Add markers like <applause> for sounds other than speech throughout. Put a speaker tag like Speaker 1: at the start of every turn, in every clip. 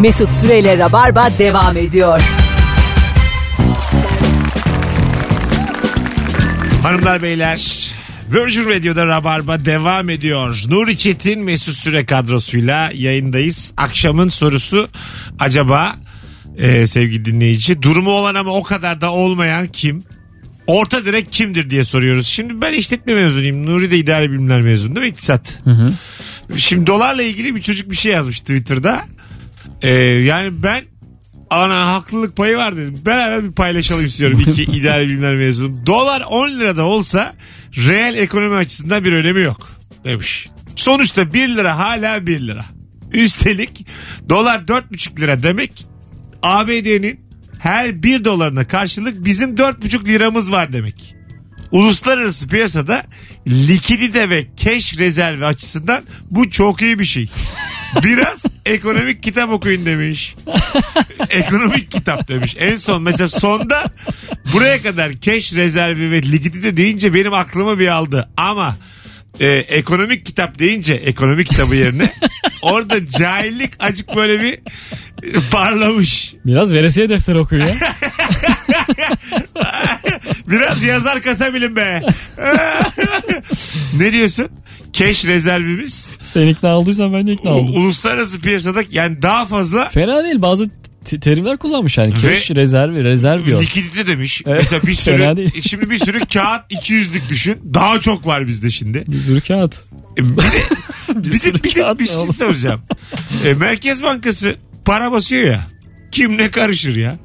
Speaker 1: Mesut Süreyle Rabarba devam ediyor.
Speaker 2: Hanımlar beyler Virgin Radio'da Rabarba devam ediyor. Nuri Çetin Mesut Süre kadrosuyla yayındayız. Akşamın sorusu acaba e, sevgili dinleyici durumu olan ama o kadar da olmayan kim? Orta direk kimdir diye soruyoruz. Şimdi ben işletme mezunuyum. Nuri de idare bilimler mezunu değil mi? İktisat. Şimdi dolarla ilgili bir çocuk bir şey yazmış Twitter'da. E, yani ben ana haklılık payı var dedim. Beraber bir paylaşalım istiyorum iki idare bilimler mezunu. Dolar 10 lirada olsa reel ekonomi açısından bir önemi yok demiş. Sonuçta 1 lira hala 1 lira. Üstelik dolar 4,5 lira demek ABD'nin her 1 dolarına karşılık bizim 4,5 liramız var demek. Uluslararası piyasada likidite ve keş rezervi açısından bu çok iyi bir şey. Biraz ekonomik kitap okuyun demiş. ekonomik kitap demiş. En son mesela sonda buraya kadar keş rezervi ve likidite deyince benim aklımı bir aldı. Ama e, ekonomik kitap deyince ekonomi kitabı yerine orada cahillik acık böyle bir e, parlamış.
Speaker 3: Biraz veresiye defteri okuyor ya.
Speaker 2: <laughs> Biraz yazar kasa bilin be. <laughs> ne diyorsun? Keş rezervimiz
Speaker 3: Sen ikna olduysan ben de ikna
Speaker 2: u-
Speaker 3: oldum.
Speaker 2: uluslararası piyasada yani daha fazla
Speaker 3: Fena değil bazı t- terimler kullanmış yani. Keş, rezervi, rezerv diyor.
Speaker 2: likidite demiş.
Speaker 3: Evet,
Speaker 2: Mesela
Speaker 3: <laughs>
Speaker 2: bir
Speaker 3: fena
Speaker 2: sürü
Speaker 3: değil.
Speaker 2: şimdi bir sürü kağıt 200'lük düşün. Daha çok var bizde şimdi.
Speaker 3: Bir sürü kağıt.
Speaker 2: E,
Speaker 3: <laughs>
Speaker 2: Bir de bir, de-
Speaker 3: sürü
Speaker 2: bir, de
Speaker 3: kağıt
Speaker 2: bir
Speaker 3: ne
Speaker 2: şey
Speaker 3: oğlum?
Speaker 2: soracağım. E, Merkez Bankası para basıyor ya. Kim ne karışır ya?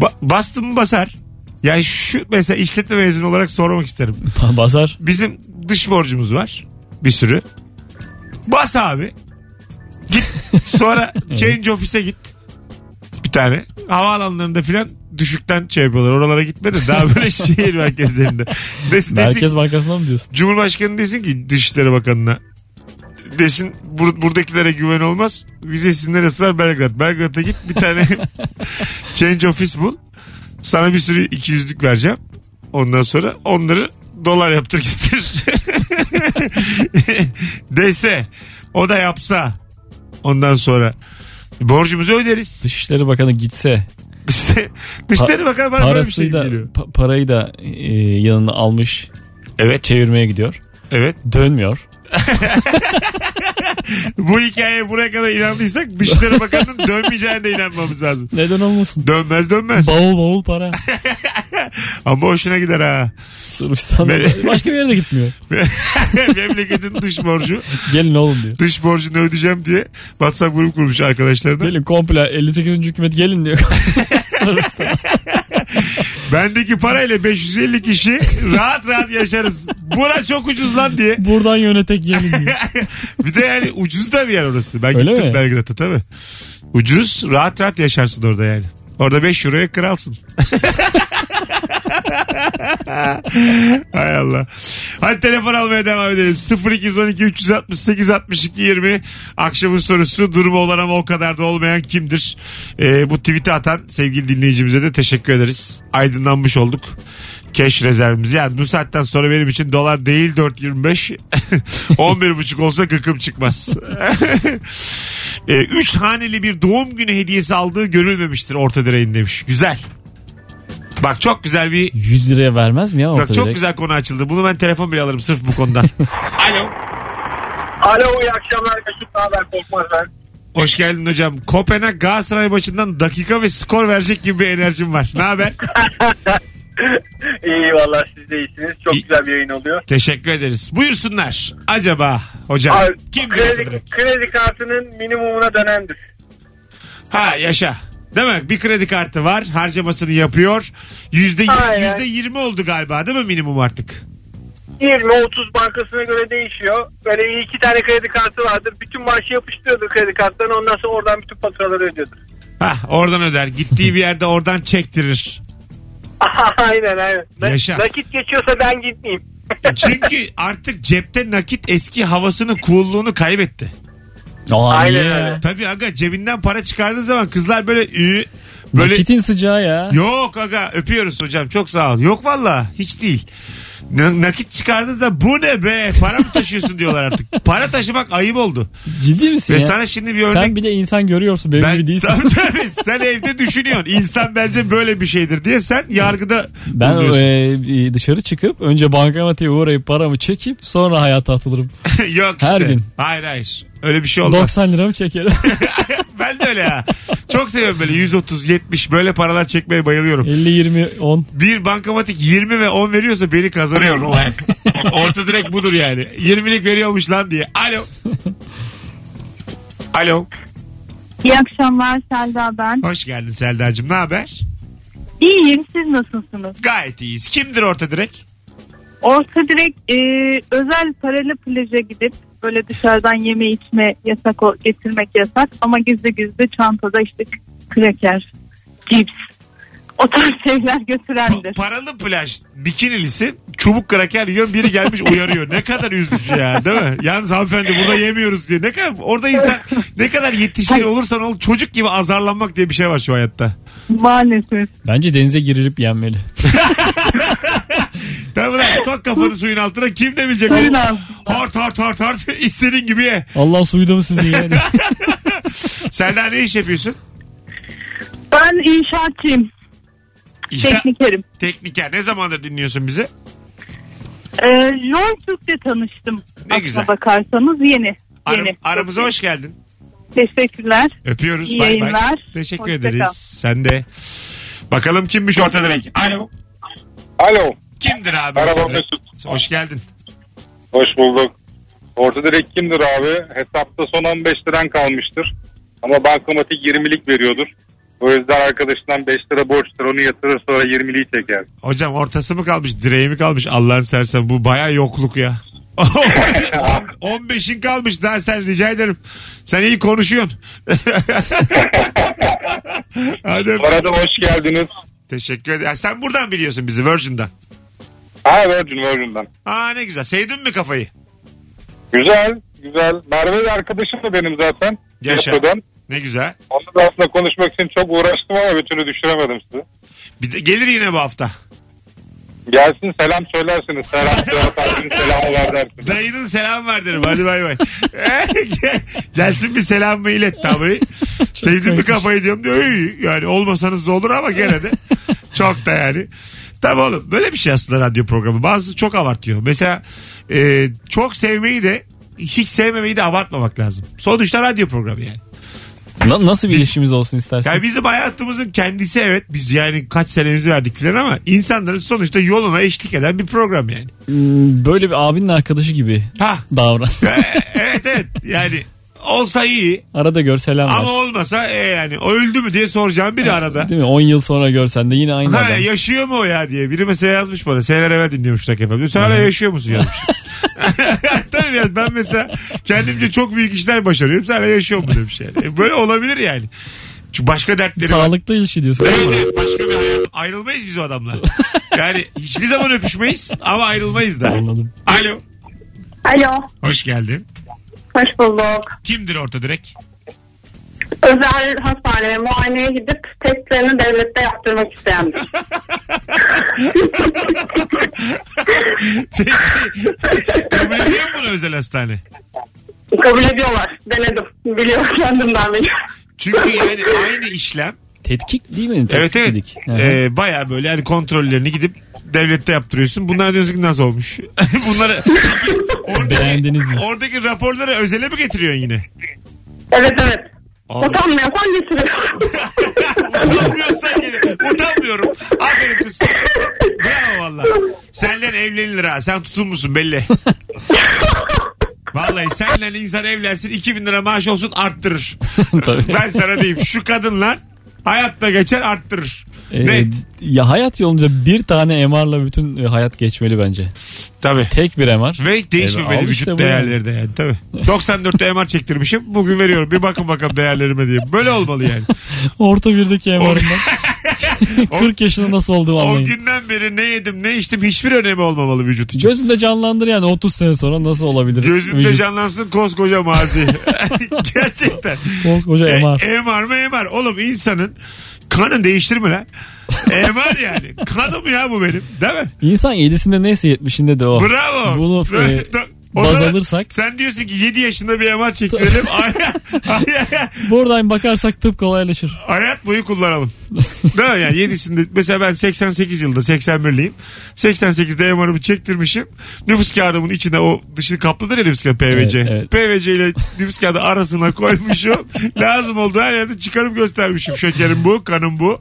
Speaker 2: Ba- bastı mı basar? Yani şu mesela işletme mezunu olarak sormak isterim.
Speaker 3: Basar.
Speaker 2: Bizim dış borcumuz var. Bir sürü. Bas abi. Git.
Speaker 3: <laughs>
Speaker 2: Sonra change ofise git. Bir tane. Havaalanlarında filan düşükten şey yapıyorlar. Oralara gitme de daha
Speaker 3: <laughs>
Speaker 2: böyle şehir merkezlerinde. Desin, desin,
Speaker 3: Merkez Bankası'na mı diyorsun?
Speaker 2: Cumhurbaşkanı desin ki Dışişleri Bakanı'na. Desin bur- buradakilere güven olmaz. Vizesiz neresi var Belgrad. Belgrad'a git bir tane change office bul. Sana bir sürü 200'lük vereceğim. Ondan sonra onları dolar yaptır getir. <laughs> Dese o da yapsa ondan sonra borcumuzu öderiz.
Speaker 3: Dışişleri Bakanı gitse
Speaker 2: İşte Dışişleri Bakanı bana böyle bir şey
Speaker 3: parası da
Speaker 2: geliyor.
Speaker 3: pa- parayı da e, yanına almış
Speaker 2: Evet.
Speaker 3: çevirmeye gidiyor.
Speaker 2: Evet.
Speaker 3: Dönmüyor.
Speaker 2: Bu hikayeye buraya kadar inandıysak Dışişleri Bakanı'nın dönmeyeceğine de inanmamız lazım.
Speaker 3: Neden olmasın?
Speaker 2: Dönmez dönmez.
Speaker 3: Bavul bavul
Speaker 2: <laughs>
Speaker 3: para.
Speaker 2: Ama hoşuna gider ha. <laughs>
Speaker 3: Sırbistan'da.
Speaker 2: Böyle-
Speaker 3: <laughs> Başka bir yere de gitmiyor.
Speaker 2: Memleketin dış borcu.
Speaker 3: Gelin oğlum diyor.
Speaker 2: Dış borcunu ödeyeceğim diye WhatsApp grup kurmuş arkadaşlarına.
Speaker 3: Gelin komple 58. hükümet gelin diyor. <laughs> Sırbistan.
Speaker 2: Bendeki parayla 550 kişi rahat rahat yaşarız. Buna çok ucuz lan diye. <laughs>
Speaker 3: Buradan yönetek gelin diyor.
Speaker 2: Bir de yani ucuz da bir yer orası. Ben
Speaker 3: Öyle
Speaker 2: gittim
Speaker 3: mi?
Speaker 2: Belgrad'a tabii. Ucuz rahat rahat yaşarsın orada yani. Orada 5 euroya kralsın. Hay Allah. Hadi telefon almaya devam edelim. 0212 368 62 20 akşamın sorusu durumu olan ama o kadar da olmayan kimdir? Ee, bu tweet'i atan sevgili dinleyicimize de teşekkür ederiz. Aydınlanmış olduk. Keş rezervimiz. Yani bu saatten sonra benim için dolar değil <laughs> 4.25 11.5 olsa gıkım çıkmaz. <laughs> Ee, üç haneli bir doğum günü hediyesi aldığı görülmemiştir orta direğin demiş. Güzel. Bak çok güzel bir
Speaker 3: 100 liraya vermez mi ya orta
Speaker 2: Bak çok
Speaker 3: direkt?
Speaker 2: güzel konu açıldı. Bunu ben telefon bile alırım sırf bu konudan. Alo.
Speaker 4: Alo iyi akşamlar Mesut haber korkmaz ben. <laughs>
Speaker 2: Hoş geldin hocam. Kopenhag Galatasaray maçından dakika ve skor verecek gibi bir enerjim var. Ne haber?
Speaker 4: iyi valla siz de iyisiniz. Çok
Speaker 2: İyi.
Speaker 4: güzel bir yayın oluyor.
Speaker 2: Teşekkür ederiz. Buyursunlar. Acaba hocam
Speaker 4: Abi,
Speaker 2: kim
Speaker 4: kredi,
Speaker 2: direkt?
Speaker 4: kredi kartının minimumuna dönendir.
Speaker 2: Ha yaşa. Değil mi? Bir kredi kartı var. Harcamasını yapıyor. Yüzde,
Speaker 4: Aynen.
Speaker 2: yüzde yirmi oldu galiba değil mi minimum artık?
Speaker 4: 20-30 bankasına göre değişiyor. Böyle iyi iki tane kredi kartı vardır. Bütün maaşı yapıştırıyordur kredi kartlarına. Ondan sonra oradan bütün faturaları ödüyordur. <laughs>
Speaker 2: Ha oradan öder. Gittiği bir yerde oradan çektirir.
Speaker 4: aynen aynen. Na-
Speaker 2: Yaşa.
Speaker 4: Nakit geçiyorsa ben gitmeyeyim.
Speaker 2: Çünkü artık cepte nakit eski havasını, coolluğunu kaybetti.
Speaker 3: Aa,
Speaker 4: Aynen
Speaker 3: niye ya?
Speaker 4: öyle.
Speaker 2: Tabii aga cebinden para çıkardığın zaman kızlar böyle ü böyle
Speaker 3: Nakitin sıcağı ya.
Speaker 2: yok aga öpüyoruz hocam çok sağ ol. Yok valla hiç değil. N- nakit çıkardığınızda bu ne be para mı taşıyorsun diyorlar artık. Para taşımak ayıp oldu.
Speaker 3: Ciddi misin
Speaker 2: Ve
Speaker 3: ya?
Speaker 2: sana şimdi bir örnek
Speaker 3: Sen bir de insan görüyorsun benim gibi değilsin.
Speaker 2: Tabii tabii. Sen evde düşünüyorsun. İnsan bence böyle bir şeydir diye sen yargıda
Speaker 3: Ben
Speaker 2: bulunuyorsun.
Speaker 3: e, dışarı çıkıp önce bankamatiğe uğrayıp paramı çekip sonra hayata atılırım.
Speaker 2: <laughs> Yok işte.
Speaker 3: her gün.
Speaker 2: Hayır hayır. Öyle bir şey olmaz.
Speaker 3: 90
Speaker 2: <laughs>
Speaker 3: liramı çekerim.
Speaker 2: ben de öyle ya. Çok seviyorum böyle 130 70 böyle paralar çekmeye bayılıyorum.
Speaker 3: 50 20 10.
Speaker 2: Bir bankamatik 20 ve 10 veriyorsa beni kazanıyor. o an. <laughs> Orta direkt budur yani. 20'lik veriyormuş lan diye. Alo. Alo.
Speaker 5: İyi akşamlar Selda ben.
Speaker 2: Hoş geldin Selda'cığım. Ne haber?
Speaker 5: İyiyim siz nasılsınız?
Speaker 2: Gayet iyiyiz. Kimdir orta direkt?
Speaker 5: Orta direkt e, özel paralı plaja gidip böyle dışarıdan yeme içme yasak o, getirmek yasak ama gizli gizli çantada işte kraker, cips o tarz <laughs> şeyler
Speaker 2: Pa-
Speaker 5: götürendir.
Speaker 2: paralı plaj bikinilisin çubuk kraker yiyorsun biri gelmiş uyarıyor. ne kadar üzücü ya değil mi? Yalnız hanımefendi burada yemiyoruz diye. Ne kadar orada insan ne kadar yetişkin olursan ol çocuk gibi azarlanmak diye bir şey var şu hayatta.
Speaker 5: Maalesef.
Speaker 3: Bence denize girilip yenmeli.
Speaker 2: Tamam lan sok kafanı suyun altına kim ne bilecek?
Speaker 5: Suyun altına.
Speaker 2: Hart hart hart <laughs> hart istediğin gibi ye.
Speaker 3: Allah suyu da mı sizin yani?
Speaker 2: <laughs> Sen daha ne iş yapıyorsun?
Speaker 5: Ben inşaatçıyım,
Speaker 2: Ya,
Speaker 5: teknikerim.
Speaker 2: tekniker. Ne zamandır dinliyorsun bizi?
Speaker 5: Ee, John Türk'le tanıştım. Aslına
Speaker 2: güzel.
Speaker 5: bakarsanız yeni. yeni.
Speaker 2: Aram- aramıza hoş geldin.
Speaker 5: Teşekkürler.
Speaker 2: Öpüyoruz.
Speaker 5: İyi
Speaker 2: bay bay.
Speaker 5: yayınlar.
Speaker 2: Teşekkür
Speaker 5: Hoşça
Speaker 2: ederiz.
Speaker 5: kal.
Speaker 2: Sen de. Bakalım kimmiş orta direkt? Alo.
Speaker 6: Alo.
Speaker 2: Kimdir abi?
Speaker 6: Merhaba
Speaker 2: orta direkt?
Speaker 6: Mesut.
Speaker 2: Hoş geldin.
Speaker 6: Hoş bulduk. Orta direkt kimdir abi? Hesapta son 15 liran kalmıştır. Ama bankamatik 20'lik veriyordur. O yüzden arkadaşından 5 lira borçtur onu yatırır sonra 20'liği çeker.
Speaker 2: Hocam ortası mı kalmış direği mi kalmış Allah'ın sersen bu baya yokluk
Speaker 6: <laughs>
Speaker 2: ya. 15'in kalmış daha sen rica ederim. Sen iyi konuşuyorsun. <laughs> Hadi öp-
Speaker 6: Bu arada hoş geldiniz.
Speaker 2: Teşekkür ederim. Ya sen buradan biliyorsun bizi Virgin'den.
Speaker 6: Ha Virgin Virgin'den.
Speaker 2: Aa ne güzel. Sevdin mi kafayı?
Speaker 6: Güzel güzel. Merve de arkadaşım da benim zaten.
Speaker 2: Yaşa.
Speaker 6: Yapıdan.
Speaker 2: Ne güzel.
Speaker 6: Onunla da aslında konuşmak için çok uğraştım ama bir türlü düşüremedim sizi.
Speaker 2: Bir de gelir yine bu hafta.
Speaker 6: Gelsin selam söylersiniz. Selam söylersiniz. Selamı ver dersiniz.
Speaker 2: Dayının selam var derim. Hadi bay bay. Gelsin bir selamımı ilet tabii. Sevdin mi
Speaker 3: komikmiş.
Speaker 2: kafayı diyorum diyor. İyi. Yani olmasanız da olur ama gene de. çok da yani. Tabii oğlum böyle bir şey aslında radyo programı. Bazısı çok abartıyor. Mesela e, çok sevmeyi de hiç sevmemeyi de abartmamak lazım. Sonuçta radyo programı yani.
Speaker 3: Na- nasıl bir ilişkimiz olsun istersin?
Speaker 2: Yani bizim hayatımızın kendisi evet biz yani kaç senemizi verdik filan ama insanların sonuçta yoluna eşlik eden bir program yani.
Speaker 3: Hmm, Böyle bir abinin arkadaşı gibi
Speaker 2: Ha E,
Speaker 3: davran.
Speaker 2: evet evet yani olsa iyi
Speaker 3: <laughs> Arada gör selam ver.
Speaker 2: Ama olmasa e, yani o öldü mü diye soracağım biri arada.
Speaker 3: Değil mi? 10 yıl sonra görsen de yine aynı
Speaker 2: Ha,
Speaker 3: adam.
Speaker 2: yaşıyor mu o ya diye. Biri mesela yazmış bana. Seneler evvel dinliyormuş Rock FM. Diyor, Sen hala yaşıyor musun
Speaker 3: <laughs>
Speaker 2: yazmış. Tabii ya ben mesela kendimce çok büyük işler başarıyorum. Sen hala yaşıyor mu demiş yani. E, böyle olabilir yani. Çünkü başka dertleri var.
Speaker 3: Sağlıklı ilişki diyorsun.
Speaker 2: Evet, evet, başka bir hayat. Ayrılmayız biz o adamla. Yani hiçbir zaman öpüşmeyiz ama ayrılmayız da.
Speaker 3: Anladım.
Speaker 2: Alo.
Speaker 5: Alo,
Speaker 2: Hoş geldin.
Speaker 5: hoş bulduk.
Speaker 2: Kimdir orta direkt?
Speaker 5: özel hastaneye muayeneye gidip testlerini devlette yaptırmak isteyen
Speaker 2: Peki, <laughs> Kabul ediyor musun bunu özel hastane?
Speaker 4: <laughs>
Speaker 5: kabul ediyorlar. Denedim. Biliyorum kendimden beni.
Speaker 2: Çünkü yani aynı işlem.
Speaker 3: Tetkik değil mi?
Speaker 2: Evet
Speaker 3: Tetkik
Speaker 2: evet.
Speaker 3: dedik. Aha.
Speaker 2: Ee, Baya böyle yani kontrollerini gidip devlette yaptırıyorsun. Bunlar diyorsun ki nasıl olmuş? <laughs> Bunları oradaki,
Speaker 3: Beğendiniz mi?
Speaker 2: oradaki raporları özele mi getiriyorsun yine?
Speaker 5: Evet evet.
Speaker 2: Oğlum.
Speaker 5: Utanmıyorsan getiriyorum.
Speaker 2: Utanmıyorsan gene. Utanmıyorum. Aferin kız. Bravo valla. Senden evlenilir ha. Sen tutunmuşsun belli. Vallahi senle insan evlensin 2000 lira maaş olsun arttırır.
Speaker 3: <laughs> Tabii.
Speaker 2: ben sana diyeyim şu kadınlar hayatta geçer arttırır.
Speaker 3: Ee,
Speaker 2: Ne?
Speaker 3: Ya hayat yolunca bir tane MR'la bütün e, hayat geçmeli bence.
Speaker 2: Tabii.
Speaker 3: Tek bir MR.
Speaker 2: Ve
Speaker 3: Evet,
Speaker 2: değişmemeli
Speaker 3: E, al
Speaker 2: vücut
Speaker 3: işte bu
Speaker 2: değerleri de yani tabii. 94'te MR çektirmişim. Bugün veriyorum bir bakın bakalım değerlerime diye. Böyle olmalı yani.
Speaker 3: <laughs> Orta birdeki MR'ımdan.
Speaker 2: <laughs>
Speaker 3: 40 yaşında nasıl olduğumu
Speaker 2: O
Speaker 3: anlayın.
Speaker 2: günden beri ne yedim ne içtim hiçbir önemi olmamalı vücut için.
Speaker 3: Gözünde canlandır yani 30 sene sonra nasıl olabilir?
Speaker 2: Gözünde
Speaker 3: Vücut.
Speaker 2: canlansın koskoca
Speaker 3: <laughs>
Speaker 2: mazi. Gerçekten.
Speaker 3: Koskoca
Speaker 2: E,
Speaker 3: MR.
Speaker 2: MR mı MR? Oğlum insanın Kanı değiştirme lan. E var yani. Kanım ya bu benim. Değil mi?
Speaker 3: İnsan 7'sinde neyse 70'inde de o.
Speaker 2: Bravo.
Speaker 3: Bunu e,
Speaker 2: Onlara-
Speaker 3: baz alırsak
Speaker 2: Sen diyorsun ki 7 yaşında bir MR
Speaker 3: <laughs>
Speaker 2: çektirelim. Ay- ay- ay-
Speaker 3: buradan bakarsak tıp kolaylaşır.
Speaker 2: Hayat boyu kullanalım. <laughs> Değil mi? Yani yenisinde mesela ben 88 yılında 81'liyim. 88'de MR'ımı çektirmişim. Nüfus kağıdımın içine o dışı kaplıdır ya nüfus kağıdı PVC.
Speaker 3: Evet, evet.
Speaker 2: PVC ile nüfus kağıdı arasına
Speaker 3: <laughs>
Speaker 2: koymuşum. Lazım oldu her yerde çıkarıp göstermişim. Şekerim bu, kanım bu,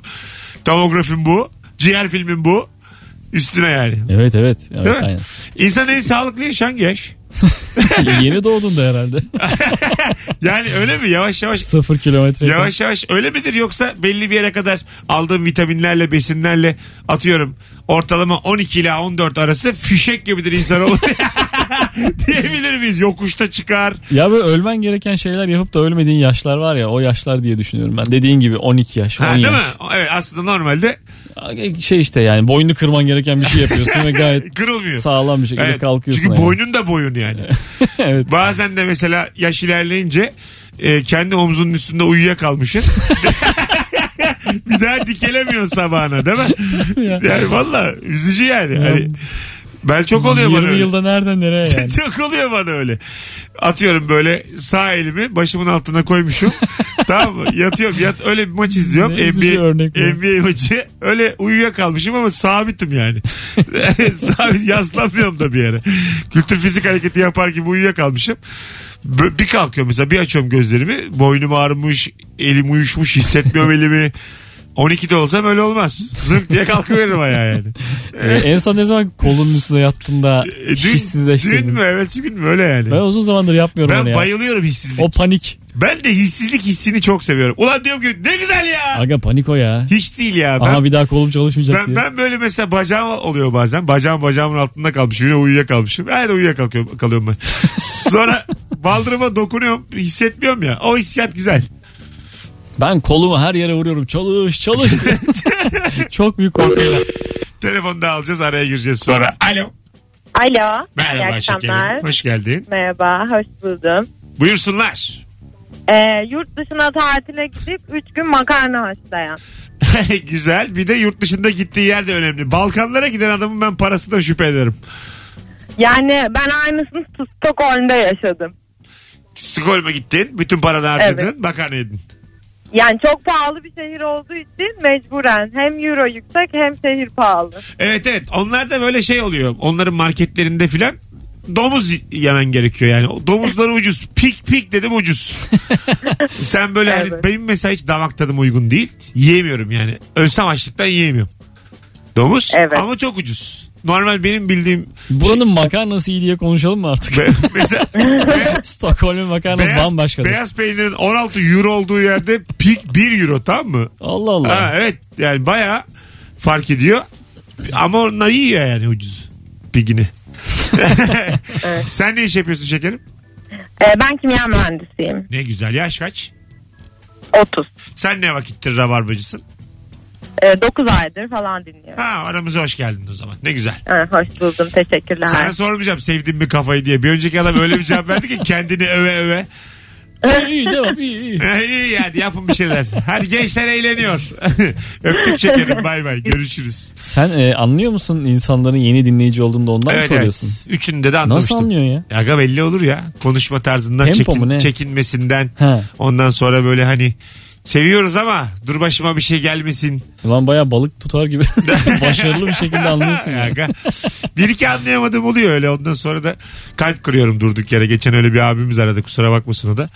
Speaker 2: tomografim bu, ciğer filmim bu. Üstüne yani.
Speaker 3: Evet evet.
Speaker 2: Değil
Speaker 3: evet
Speaker 2: mi?
Speaker 3: aynen.
Speaker 2: İnsan en sağlıklı yaşayan yaş.
Speaker 3: Yeni doğdun da herhalde.
Speaker 2: Yani öyle mi? Yavaş yavaş
Speaker 3: <laughs> Sıfır kilometre.
Speaker 2: Yavaş yavaş öyle midir yoksa belli bir yere kadar aldığım vitaminlerle besinlerle atıyorum ortalama 12 ila 14 arası fişek gibidir insan olur. <laughs> Diyebilir miyiz? Yokuşta çıkar.
Speaker 3: Ya böyle ölmen gereken şeyler yapıp da ölmediğin yaşlar var ya o yaşlar diye düşünüyorum ben. Dediğin gibi 12 yaş, 10
Speaker 2: Ha, değil
Speaker 3: yaş.
Speaker 2: mi? Evet aslında normalde
Speaker 3: Şey işte yani boynunu kırman gereken bir şey yapıyorsun
Speaker 2: <laughs>
Speaker 3: ve gayet
Speaker 2: kırılmıyor.
Speaker 3: sağlam bir şekilde
Speaker 2: Evet,
Speaker 3: kalkıyorsun.
Speaker 2: Çünkü
Speaker 3: ayağa.
Speaker 2: boynun da boyun yani.
Speaker 3: <laughs> evet.
Speaker 2: Bazen de mesela yaş ilerleyince e, kendi omzunun üstünde uyuyakalmışsın. <laughs> bir daha dikelemiyorsun sabahına değil mi?
Speaker 3: Ya.
Speaker 2: Yani valla üzücü yani. Hani, ben çok oluyor bana
Speaker 3: 20
Speaker 2: öyle.
Speaker 3: yılda nereden nereye
Speaker 2: <laughs>
Speaker 3: yani.
Speaker 2: Çok oluyor bana öyle. Atıyorum böyle sağ elimi başımın altına
Speaker 3: <laughs>
Speaker 2: koymuşum. tamam mı? Yatıyorum. Yat, öyle bir maç izliyorum.
Speaker 3: Ne üzücü
Speaker 2: NBA,
Speaker 3: örnek bu.
Speaker 2: NBA maçı. Öyle uyuyakalmışım ama sabitim
Speaker 3: <laughs>
Speaker 2: yani. <laughs> Sabit yaslanmıyorum da bir yere. Kültür fizik hareketi yapar gibi uyuyakalmışım. Bö- Bir kalkıyorum mesela bir açıyorum gözlerimi. Boynum ağrımış, elim uyuşmuş,
Speaker 3: <laughs>
Speaker 2: hissetmiyorum elimi. 12'de olsam öyle olmaz. Zınk diye kalkıveririm ayağa
Speaker 3: <laughs>
Speaker 2: yani.
Speaker 3: Ee, en son ne zaman kolunun üstüne yattın da
Speaker 2: E, Dün, dün
Speaker 3: hissizleştirdin?
Speaker 2: mü evet gün mü öyle yani.
Speaker 3: Ben uzun zamandır yapmıyorum
Speaker 2: Ben
Speaker 3: onu ya.
Speaker 2: bayılıyorum hissizlik.
Speaker 3: O panik.
Speaker 2: Ben de hissizlik hissini çok seviyorum. Ulan diyorum ki ne güzel ya.
Speaker 3: Aga panik o ya.
Speaker 2: Hiç değil ya. Ben,
Speaker 3: Aha bir şey daha kolum çalışmayacak
Speaker 2: ben,
Speaker 3: diye.
Speaker 2: ben böyle mesela bacağım oluyor bazen. Bacağım bacağımın altında kalmış. Yine uyuyakalmışım. Her uyuyakalkıyorum kalıyorum
Speaker 3: <laughs>
Speaker 2: ben. Sonra baldırıma dokunuyorum. Hissetmiyorum ya. O hissiyat
Speaker 3: <laughs>
Speaker 2: güzel.
Speaker 3: Ben kolumu her yere vuruyorum. Çalış çalış.
Speaker 2: <laughs>
Speaker 3: diye. Çok büyük korkuyla.
Speaker 2: Telefonu da alacağız araya gireceğiz sonra. Alo.
Speaker 7: Alo. iyi
Speaker 2: Merhaba
Speaker 7: akşamlar.
Speaker 2: şekerim. Hoş geldin.
Speaker 7: Merhaba, hoş buldum.
Speaker 2: Buyursunlar. <laughs>
Speaker 7: Ee, yurt dışına tatile gidip 3 gün makarna haşlayan.
Speaker 2: güzel. Bir de yurt dışında gittiği yer de önemli. Balkanlara giden adamın ben parasından şüphe ederim.
Speaker 7: Yani ben aynısını Stockholm'da yaşadım.
Speaker 2: Stockholm'a gittin. Bütün paranı harcadın.
Speaker 7: Evet.
Speaker 2: Makarna yedin.
Speaker 7: Yani çok pahalı bir şehir olduğu için mecburen hem euro yüksek hem şehir pahalı.
Speaker 2: Evet evet onlar da böyle şey oluyor. Onların marketlerinde filan domuz yemen gerekiyor yani. O
Speaker 7: <laughs>
Speaker 2: Domuzları ucuz. Pik pik dedim ucuz. Sen böyle hani
Speaker 7: Evet.
Speaker 2: benim mesela hiç damak tadım uygun değil. Yiyemiyorum yani. Ölsem açlıktan yiyemiyorum. Domuz
Speaker 7: Evet.
Speaker 2: ama çok ucuz. Normal benim bildiğim
Speaker 3: Buranın makarnası iyi diye konuşalım mı
Speaker 2: <laughs>
Speaker 3: artık?
Speaker 7: <laughs>
Speaker 2: be- mesela be-
Speaker 3: Stockholm'un makarnası
Speaker 2: beyaz,
Speaker 3: bambaşkadır.
Speaker 2: beyaz peynirin 16 euro olduğu yerde pik 1 euro tamam mı?
Speaker 3: Allah Allah.
Speaker 2: Ha, evet yani bayağı fark ediyor. Ama onlar iyi ya yani ucuz. Pigini. Sen ne iş yapıyorsun şekerim?
Speaker 7: Ee, ben kimya mühendisiyim.
Speaker 2: Ne güzel. Yaş kaç?
Speaker 7: 30.
Speaker 2: Sen ne vakittir rabarbacısın?
Speaker 7: Ee, 9 aydır falan dinliyorum.
Speaker 2: Ha aramıza hoş geldin o zaman. Ne güzel.
Speaker 7: Ee, hoş buldum, teşekkürler.
Speaker 2: Sana sormayacağım sevdin mi kafayı diye. Bir önceki adam öyle bir cevap verdi ki kendini öve öve.
Speaker 3: iyi devam iyi iyi.
Speaker 2: iyi yani yapın bir şeyler. Her gençler eğleniyor. <laughs> Öptük şekerim bay bay. Görüşürüz.
Speaker 3: Sen e, anlıyor musun insanların yeni dinleyici olduğunda ondan mı soruyorsun?
Speaker 2: Üçünde de
Speaker 3: Nasıl
Speaker 2: anlamıştım.
Speaker 3: anlıyorsun ya?
Speaker 2: Aga belli olur ya. Konuşma tarzından,
Speaker 3: Tempo
Speaker 2: çekin-
Speaker 3: mu ne?
Speaker 2: çekinmesinden.
Speaker 3: He.
Speaker 2: Ondan sonra böyle hani seviyoruz ama dur başıma bir şey gelmesin.
Speaker 3: Ulan baya balık
Speaker 2: <laughs>
Speaker 3: tutar gibi <laughs> başarılı bir şekilde anlıyorsun ya.
Speaker 2: Aga. bir iki anlayamadım oluyor öyle. Ondan sonra da kalp kırıyorum durduk yere. Geçen öyle bir abimiz aradı kusura bakmasın o da.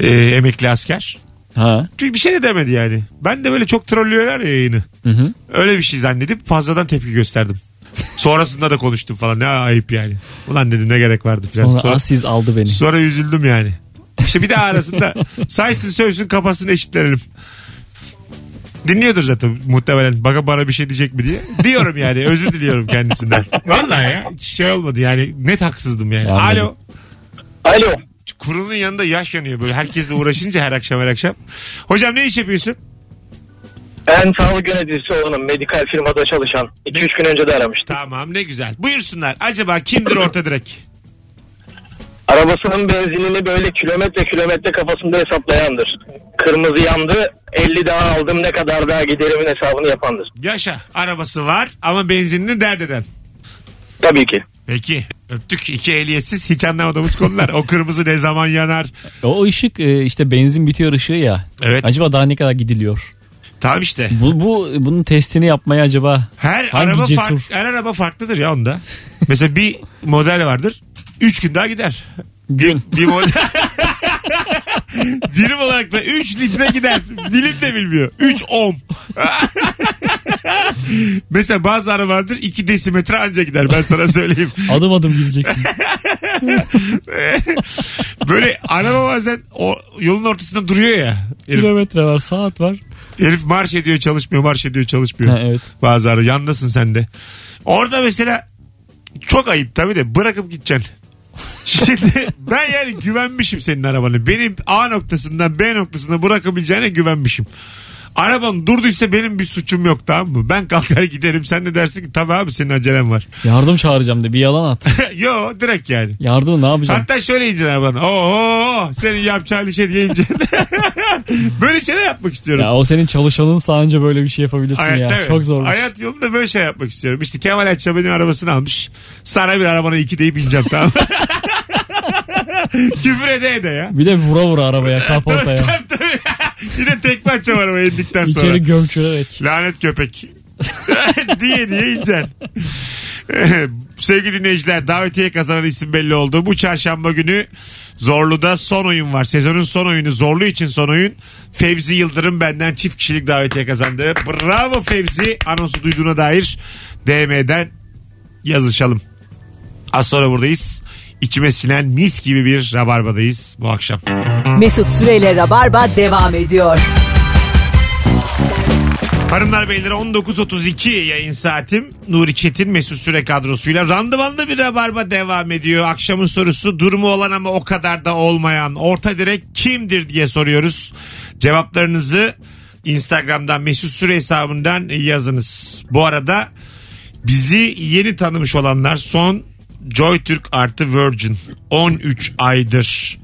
Speaker 2: Ee, emekli asker.
Speaker 3: Ha.
Speaker 2: Çünkü bir şey de demedi yani. Ben de böyle çok trollüyorlar ya yayını.
Speaker 3: Hı hı.
Speaker 2: Öyle bir şey zannedip fazladan tepki gösterdim. Sonrasında da konuştum falan. Ne ayıp yani. Ulan dedim ne gerek vardı falan.
Speaker 3: Sonra
Speaker 2: Sonra-
Speaker 3: asiz aldı beni.
Speaker 2: Sonra üzüldüm yani. İşte bir daha arasında saysın sövsün kafasını eşitlenelim. Dinliyordur zaten muhtemelen. Baka bana bir şey diyecek mi diye. Diyorum yani özür diliyorum kendisinden. Vallahi ya hiç şey olmadı yani net haksızdım yani.
Speaker 3: Anladım.
Speaker 2: Alo.
Speaker 4: Alo.
Speaker 2: Kurunun yanında yaş yanıyor böyle herkesle uğraşınca her akşam her akşam. Hocam ne iş yapıyorsun?
Speaker 4: Ben sağlık yöneticisi olanım. Medikal firmada çalışan. 2-3 gün önce de aramıştım.
Speaker 2: Tamam ne güzel. Buyursunlar. Acaba kimdir orta direk?
Speaker 8: Arabasının benzinini böyle kilometre kilometre kafasında hesaplayandır. Kırmızı yandı 50 daha aldım ne kadar daha giderimin hesabını yapandır.
Speaker 2: Yaşa arabası var ama benzinini dert eden.
Speaker 8: Tabii ki.
Speaker 2: Peki öptük iki ehliyetsiz hiç anlamadığımız konular. O kırmızı ne zaman yanar?
Speaker 3: O ışık e, işte benzin bitiyor ışığı ya.
Speaker 2: Evet.
Speaker 3: Acaba daha ne kadar gidiliyor?
Speaker 2: Tamam işte.
Speaker 3: Bu, bu bunun testini yapmaya acaba
Speaker 2: Her
Speaker 3: Hangi
Speaker 2: araba
Speaker 3: cesur?
Speaker 2: fark, her araba farklıdır ya onda. Mesela bir model vardır. Üç gün daha gider.
Speaker 3: gün
Speaker 2: Bir
Speaker 3: <laughs>
Speaker 2: model. Birim olarak da 3 litre gider. Bilin de bilmiyor. 3
Speaker 3: <laughs>
Speaker 2: ohm. Mesela bazı araba vardır 2 desimetre anca gider ben sana söyleyeyim. <laughs>
Speaker 3: adım adım gideceksin.
Speaker 2: Böyle araba bazen o yolun ortasında duruyor ya. Herif,
Speaker 3: Kilometre var, saat var.
Speaker 2: herif marş ediyor çalışmıyor marş ediyor çalışmıyor.
Speaker 3: Ha, evet.
Speaker 2: Bazı ara yandasın sen de. Orada mesela çok ayıp tabii de bırakıp gideceksin. <laughs> Şimdi ben yani güvenmişim senin arabanı. Benim A noktasından B noktasına bırakabileceğine güvenmişim. Arabam durduysa benim bir suçum yok tamam mı? Ben kalkar giderim sen de dersin ki tabii abi senin acelen var. <laughs>
Speaker 3: Yardım çağıracağım de bir yalan at.
Speaker 2: Yo direkt yani.
Speaker 3: Yardım ne yapacağım?
Speaker 2: Hatta şöyle inceler bana. Oo senin yapacağın işe diye inceler. <laughs> Böyle şeyler yapmak istiyorum.
Speaker 3: Ya o senin çalışanın sadece böyle bir şey yapabilirsin ya.
Speaker 2: tabii.
Speaker 3: Çok zor.
Speaker 2: Hayat yolunda böyle şey yapmak istiyorum. İşte Kemal Ayça benim arabasını almış. Sana bir arabana iki deyip bineceğim tamam mı? <laughs> Küfür ede ede ya.
Speaker 3: Bir de vura vura arabaya kaportaya.
Speaker 2: <laughs> Tabii, tabii. Bir de tekme atacağım arabaya indikten <laughs> sonra.
Speaker 3: İçeri gömçürerek.
Speaker 2: Lanet köpek. <laughs> diye diye incel. <laughs> Sevgili dinleyiciler davetiye kazanan isim belli oldu. Bu çarşamba günü Zorlu'da son oyun var. Sezonun son oyunu Zorlu için son oyun. Fevzi Yıldırım benden çift kişilik davetiye kazandı. Bravo Fevzi anonsu duyduğuna dair DM'den yazışalım. Az sonra buradayız. İçime sinen mis gibi bir rabarbadayız bu akşam.
Speaker 1: Mesut Süreyle Rabarba devam ediyor.
Speaker 2: Hanımlar beyler 19.32 yayın saatim. Nuri Çetin Mesut Süre kadrosuyla randımanlı bir rabarba devam ediyor. Akşamın sorusu durumu olan ama o kadar da olmayan orta direk kimdir diye soruyoruz. Cevaplarınızı Instagram'dan Mesut Süre hesabından yazınız. Bu arada bizi yeni tanımış olanlar son Joy Türk artı Virgin 13 aydır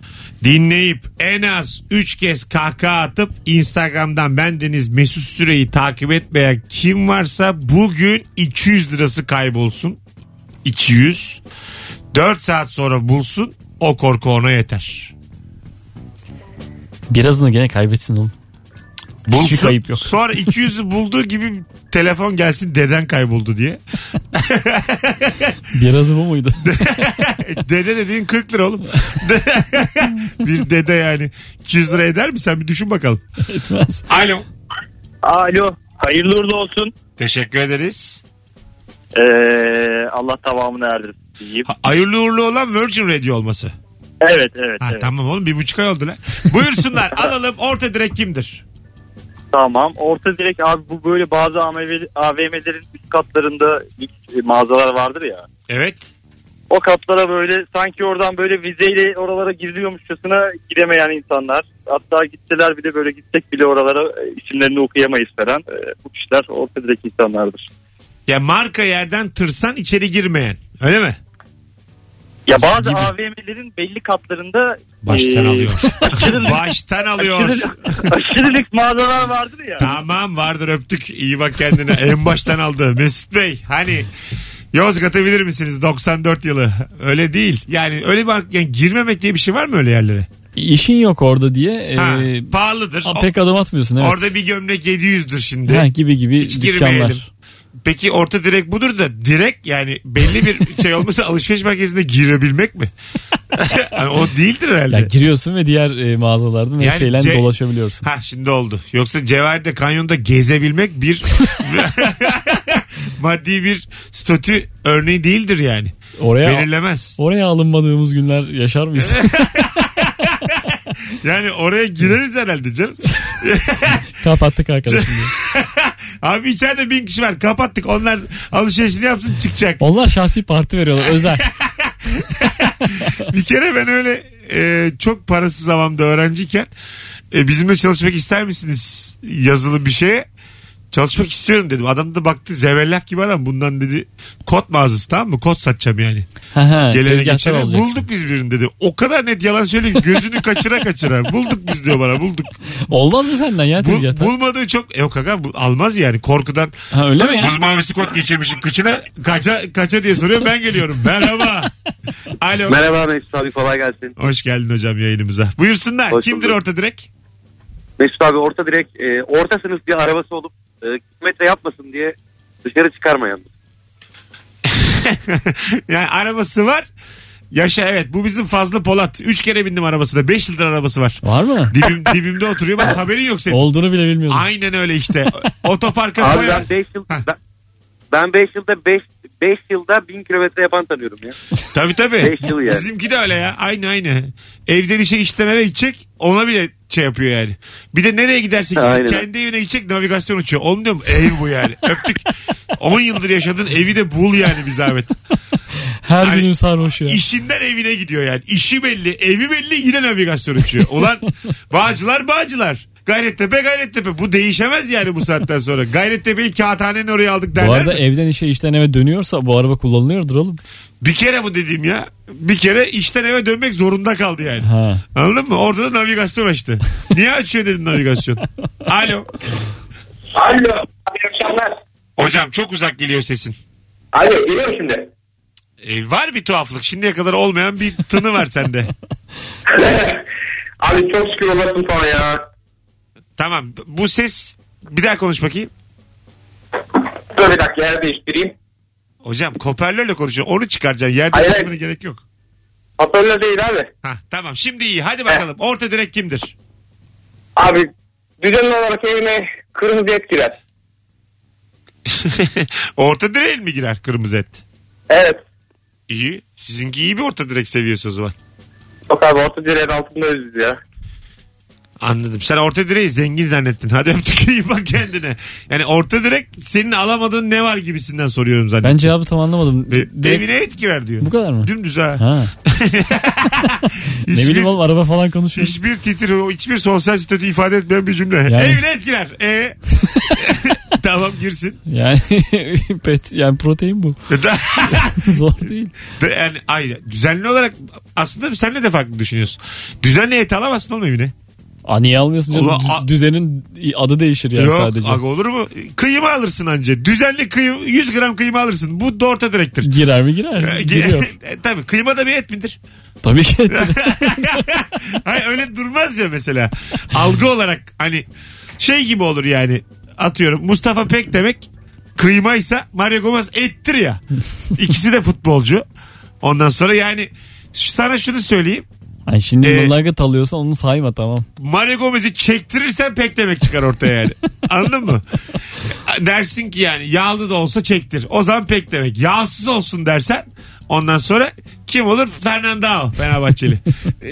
Speaker 2: dinleyip en az 3 kez kahkaha atıp Instagram'dan bendeniz Mesut Süre'yi takip etmeyen kim varsa bugün 200 lirası kaybolsun. 200. 4 saat sonra bulsun o korku ona yeter.
Speaker 3: Birazını gene kaybetsin oğlum. Hiçbir kayıp yok.
Speaker 2: Sonra 200'ü bulduğu gibi telefon gelsin deden kayboldu diye.
Speaker 3: Birazı
Speaker 2: <laughs>
Speaker 3: bu muydu?
Speaker 2: E, Dede dediğin 40 lira oğlum. <laughs> bir dede yani. 200 lira eder mi? Sen bir düşün bakalım.
Speaker 3: Etmez.
Speaker 2: Alo.
Speaker 8: Alo hayırlı uğurlu olsun.
Speaker 2: Teşekkür ederiz.
Speaker 8: Ee, Allah tamamını erdirsin diyeyim.
Speaker 2: Ha- Hayırlı uğurlu olan Virgin Radio olması.
Speaker 8: Evet evet.
Speaker 2: Ha, Tamam oğlum bir buçuk ay oldu lan. Buyursunlar <laughs> alalım orta direk kimdir?
Speaker 8: Tamam. Orta direkt abi bu böyle bazı AVM'lerin üst katlarında e, mağazalar vardır ya.
Speaker 2: Evet.
Speaker 8: O katlara böyle sanki oradan böyle vizeyle oralara giriliyormuşçasına gidemeyen insanlar. Hatta gitseler bile böyle gitsek bile oralara e, isimlerini okuyamayız falan. E, Bu kişiler orta direkt insanlardır.
Speaker 2: Ya marka yerden tırsan içeri girmeyen. Öyle mi?
Speaker 8: Ya bazı
Speaker 3: Gibi.
Speaker 8: AVM'lerin belli katlarında
Speaker 2: Baştan
Speaker 8: e,
Speaker 2: alıyor.
Speaker 8: aşırı,
Speaker 2: Baştan alıyor.
Speaker 8: aşırı, <laughs> aşırı lüks mağazalar vardır ya.
Speaker 2: Tamam vardır öptük. İyi bak kendine. En baştan aldı. Mesut Bey hani Yozgat'ı bilir misiniz 94 yılı? Öyle değil. Yani öyle bak yani girmemek diye bir şey var mı öyle yerlere?
Speaker 3: İşin yok orada diye. e,
Speaker 2: Ha, pahalıdır.
Speaker 3: a- pek adım atmıyorsun
Speaker 2: O-
Speaker 3: evet.
Speaker 2: Orada bir gömlek 700'dür şimdi.
Speaker 3: Ha, gibi gibi
Speaker 2: Hiç girmeyelim.
Speaker 3: dükkanlar.
Speaker 2: Peki orta direk budur da direkt yani belli bir şey olmasa alışveriş merkezine girebilmek mi? <laughs> Yani o değildir herhalde.
Speaker 3: Ya giriyorsun ve diğer e, mağazalarda
Speaker 2: Yani
Speaker 3: her şeyle
Speaker 2: ce-
Speaker 3: dolaşabiliyorsun.
Speaker 2: Ha şimdi oldu. Yoksa Cevher'de kanyonda gezebilmek bir maddi bir statü örneği değildir yani.
Speaker 3: Oraya
Speaker 2: Belirlemez.
Speaker 3: oraya alınmadığımız günler yaşar mıyız?
Speaker 2: Yani oraya gireriz herhalde canım.
Speaker 3: Kapattık arkadaşım.
Speaker 2: <laughs>
Speaker 3: diye.
Speaker 2: Abi içeride bin kişi var. Kapattık. Onlar alışverişini yapsın çıkacak.
Speaker 3: Onlar şahsi parti veriyorlar özel.
Speaker 2: <laughs> Bir kere ben öyle e, çok parasız havamda öğrenciyken e, bizimle çalışmak ister misiniz yazılı bir şeye Çalışmak istiyorum dedim. Adam da baktı zevellak gibi adam. Bundan dedi kot mağazası tamam mı? Kot satacağım yani.
Speaker 3: Hani
Speaker 2: Gelene geçene. Bulduk biz birini dedi. O kadar net yalan söylüyor ki gözünü kaçıra kaçıra. <laughs> Bulduk biz diyor bana bulduk.
Speaker 3: Olmaz mı senden
Speaker 2: Bul-
Speaker 3: ya tezgahta?
Speaker 2: bulmadığı çok. E, Yok aga bu- almaz yani korkudan.
Speaker 3: Ha, öyle mi ya?
Speaker 2: Buz mavisi kot geçirmişin kıçına. Kaça, kaça diye soruyor ben geliyorum. Merhaba. Alo.
Speaker 9: Merhaba Mesut abi kolay gelsin.
Speaker 2: Hoş geldin hocam yayınımıza. Buyursunlar.
Speaker 9: Hoş
Speaker 2: Kimdir
Speaker 9: bulduk.
Speaker 2: orta direk? <laughs>
Speaker 9: Mesut abi orta direkt e, orta sınıf bir arabası olup e, kilometre yapmasın diye dışarı çıkarmayan.
Speaker 2: yani arabası var. Yaşa evet bu bizim Fazlı Polat. Üç kere bindim arabasına. Beş yıldır arabası var.
Speaker 3: Var mı?
Speaker 2: Dibim, dibimde oturuyor bak haberin yok senin.
Speaker 3: Olduğunu bile bilmiyordum.
Speaker 2: Aynen öyle işte. Otoparka
Speaker 9: Abi
Speaker 2: koyar.
Speaker 9: ben 5 yıl
Speaker 2: Heh.
Speaker 9: ben, ben 5 yılda 5 5 yılda 1000 kilometre yapan tanıyorum ya.
Speaker 2: Tabii tabii.
Speaker 9: Beş yıl yani.
Speaker 2: Bizimki de öyle ya. Aynı aynı. Evden işe işten eve gidecek. Ona bile şey yapıyor yani. Bir de nereye giderse gitsin.
Speaker 9: Aynen.
Speaker 2: Kendi evine gidecek navigasyon uçuyor. Onu diyorum ev
Speaker 9: <laughs>
Speaker 2: bu yani. Öptük. 10 yıldır yaşadığın evi de bul yani bir zahmet.
Speaker 3: Her
Speaker 2: Ay-
Speaker 3: günün sarhoş ya.
Speaker 2: İşinden evine gidiyor yani. İşi belli, evi belli yine navigasyon uçuyor. Ulan bağcılar bağcılar. Gayrettepe Gayrettepe. Bu değişemez yani bu saatten sonra. Gayrettepe'yi kağıthanenin oraya aldık derler
Speaker 3: Bu arada
Speaker 2: mi?
Speaker 3: evden işe işten eve dönüyorsa bu araba kullanılıyordur oğlum.
Speaker 2: Bir kere bu dediğim ya. Bir kere işten eve dönmek zorunda kaldı yani.
Speaker 3: Ha.
Speaker 2: Anladın mı? Orada da navigasyon açtı. Niye açıyor dedin navigasyon? Alo.
Speaker 4: <laughs> Alo. İyi akşamlar.
Speaker 2: Hocam çok uzak geliyor sesin.
Speaker 4: Alo geliyor şimdi. <laughs>
Speaker 2: E, var bir tuhaflık. Şimdiye kadar olmayan bir tını var sende.
Speaker 4: Abi çok şükür olasın sana ya.
Speaker 2: Tamam. Bu ses bir daha konuş bakayım.
Speaker 4: Dur bir dakika yer değiştireyim.
Speaker 2: Hocam hoparlörle konuşuyor. Onu çıkaracaksın. Yerde
Speaker 4: Hayır,
Speaker 2: konuşmana
Speaker 4: hayır.
Speaker 2: gerek yok.
Speaker 4: Hoparlör değil abi.
Speaker 2: Ha tamam şimdi iyi. Hadi bakalım. Orta direk kimdir?
Speaker 4: <laughs> Abi düzenli olarak evime kırmızı et girer.
Speaker 2: orta direk mi girer kırmızı et?
Speaker 4: Evet.
Speaker 2: İyi. Sizinki iyi bir orta direk seviyesi o zaman.
Speaker 4: Yok abi orta direğin altındayız biz ya.
Speaker 2: Anladım. Sen orta direği zengin zannettin. Hadi öptük iyi bak kendine. Yani orta direk senin alamadığın ne var gibisinden soruyorum zaten.
Speaker 3: Ben cevabı tam anlamadım. Direkt-
Speaker 2: Devine et girer diyor.
Speaker 3: Bu kadar mı?
Speaker 2: Dümdüz ha. <laughs>
Speaker 3: Ha. ne
Speaker 2: Hiçbir-
Speaker 3: bileyim oğlum araba falan konuşuyor.
Speaker 2: Hiçbir titir, hiçbir sosyal statü ifade etmeyen bir cümle.
Speaker 3: Yani-
Speaker 2: Evine et girer. E? <laughs> tamam girsin. <laughs>
Speaker 3: Yani <laughs> pet yani protein bu. <laughs> Zor değil.
Speaker 2: Ve yani ay, düzenli olarak aslında senle de farklı düşünüyorsun. Düzenli et alamazsın oğlum evine.
Speaker 3: Aa, niye almıyorsun canım?
Speaker 2: Ulan,
Speaker 3: Dü-
Speaker 2: a-
Speaker 3: Düzenin adı değişir yani
Speaker 2: Yok
Speaker 3: sadece.
Speaker 2: aga olur mu? Kıyma alırsın anca. Düzenli kıyım 100 gram kıyma alırsın. Bu da orta direktir.
Speaker 3: Girer mi girer? Giriyor.
Speaker 2: <laughs> E, Tabii kıyma da bir et midir? <laughs>
Speaker 3: Tabii ki.
Speaker 2: Hayır öyle durmaz ya mesela. Algı olarak hani şey gibi olur yani. Atıyorum Mustafa Pek demek kıymaysa Mario Gomez ettir ya. İkisi de futbolcu. Ondan sonra yani ş- sana şunu söyleyeyim.
Speaker 3: Ay şimdi
Speaker 2: Ee,
Speaker 3: ee, nugget alıyorsan onu sayma tamam.
Speaker 2: Mario Gomez'i çektirirsen pek demek çıkar ortaya
Speaker 3: <laughs>
Speaker 2: yani. Anladın mı? Dersin ki yani yağlı da olsa çektir. O zaman pek demek. Yağsız olsun dersen ondan sonra kim olur? Fernandao Fenerbahçeli.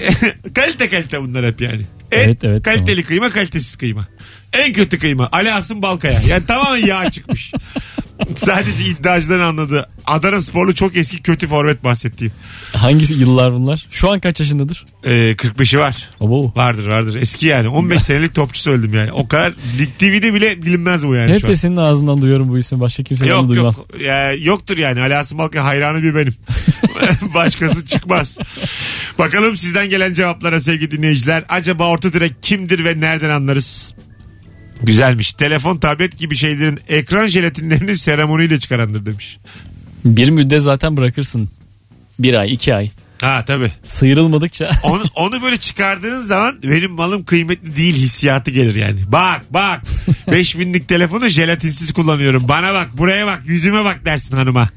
Speaker 2: <laughs> kalite kalite bunlar hep yani. Et,
Speaker 3: Evet, evet,
Speaker 2: kaliteli kıyma kalitesiz kıyma. En kötü kıyma. Ali Asım Balkaya. Yani tamamen yağ
Speaker 3: <laughs>
Speaker 2: çıkmış. Sadece iddiacıların anladığı. Adana Sporlu çok eski kötü forvet bahsettiğim.
Speaker 3: Hangisi yıllar bunlar? Şu an kaç yaşındadır?
Speaker 2: Ee, 45'i var.
Speaker 3: Abo.
Speaker 2: Vardır vardır. Eski yani. 15 senelik topçusu öldüm yani. O kadar Lig TV'de bile bilinmez bu yani
Speaker 3: Hep
Speaker 2: şu an.
Speaker 3: de senin ağzından duyuyorum bu ismi. Başka kimseden
Speaker 2: Yok
Speaker 3: duymam.
Speaker 2: yok. Ya, yoktur yani. Ali Asım Balkan hayranı bir benim. <laughs> Başkası çıkmaz. Bakalım sizden gelen cevaplara sevgili dinleyiciler. Acaba orta direk kimdir ve nereden anlarız? Güzelmiş. Telefon, tablet gibi şeylerin ekran jelatinlerini seremoniyle çıkarandır demiş.
Speaker 3: Bir müddet zaten bırakırsın. Bir ay, iki ay.
Speaker 2: Ha tabii.
Speaker 3: Sıyrılmadıkça. <laughs>
Speaker 2: Onu, onu böyle çıkardığın zaman benim malım kıymetli değil hissiyatı gelir yani. Bak bak 5000'lik telefonu jelatinsiz kullanıyorum. Bana bak buraya bak yüzüme bak dersin hanıma.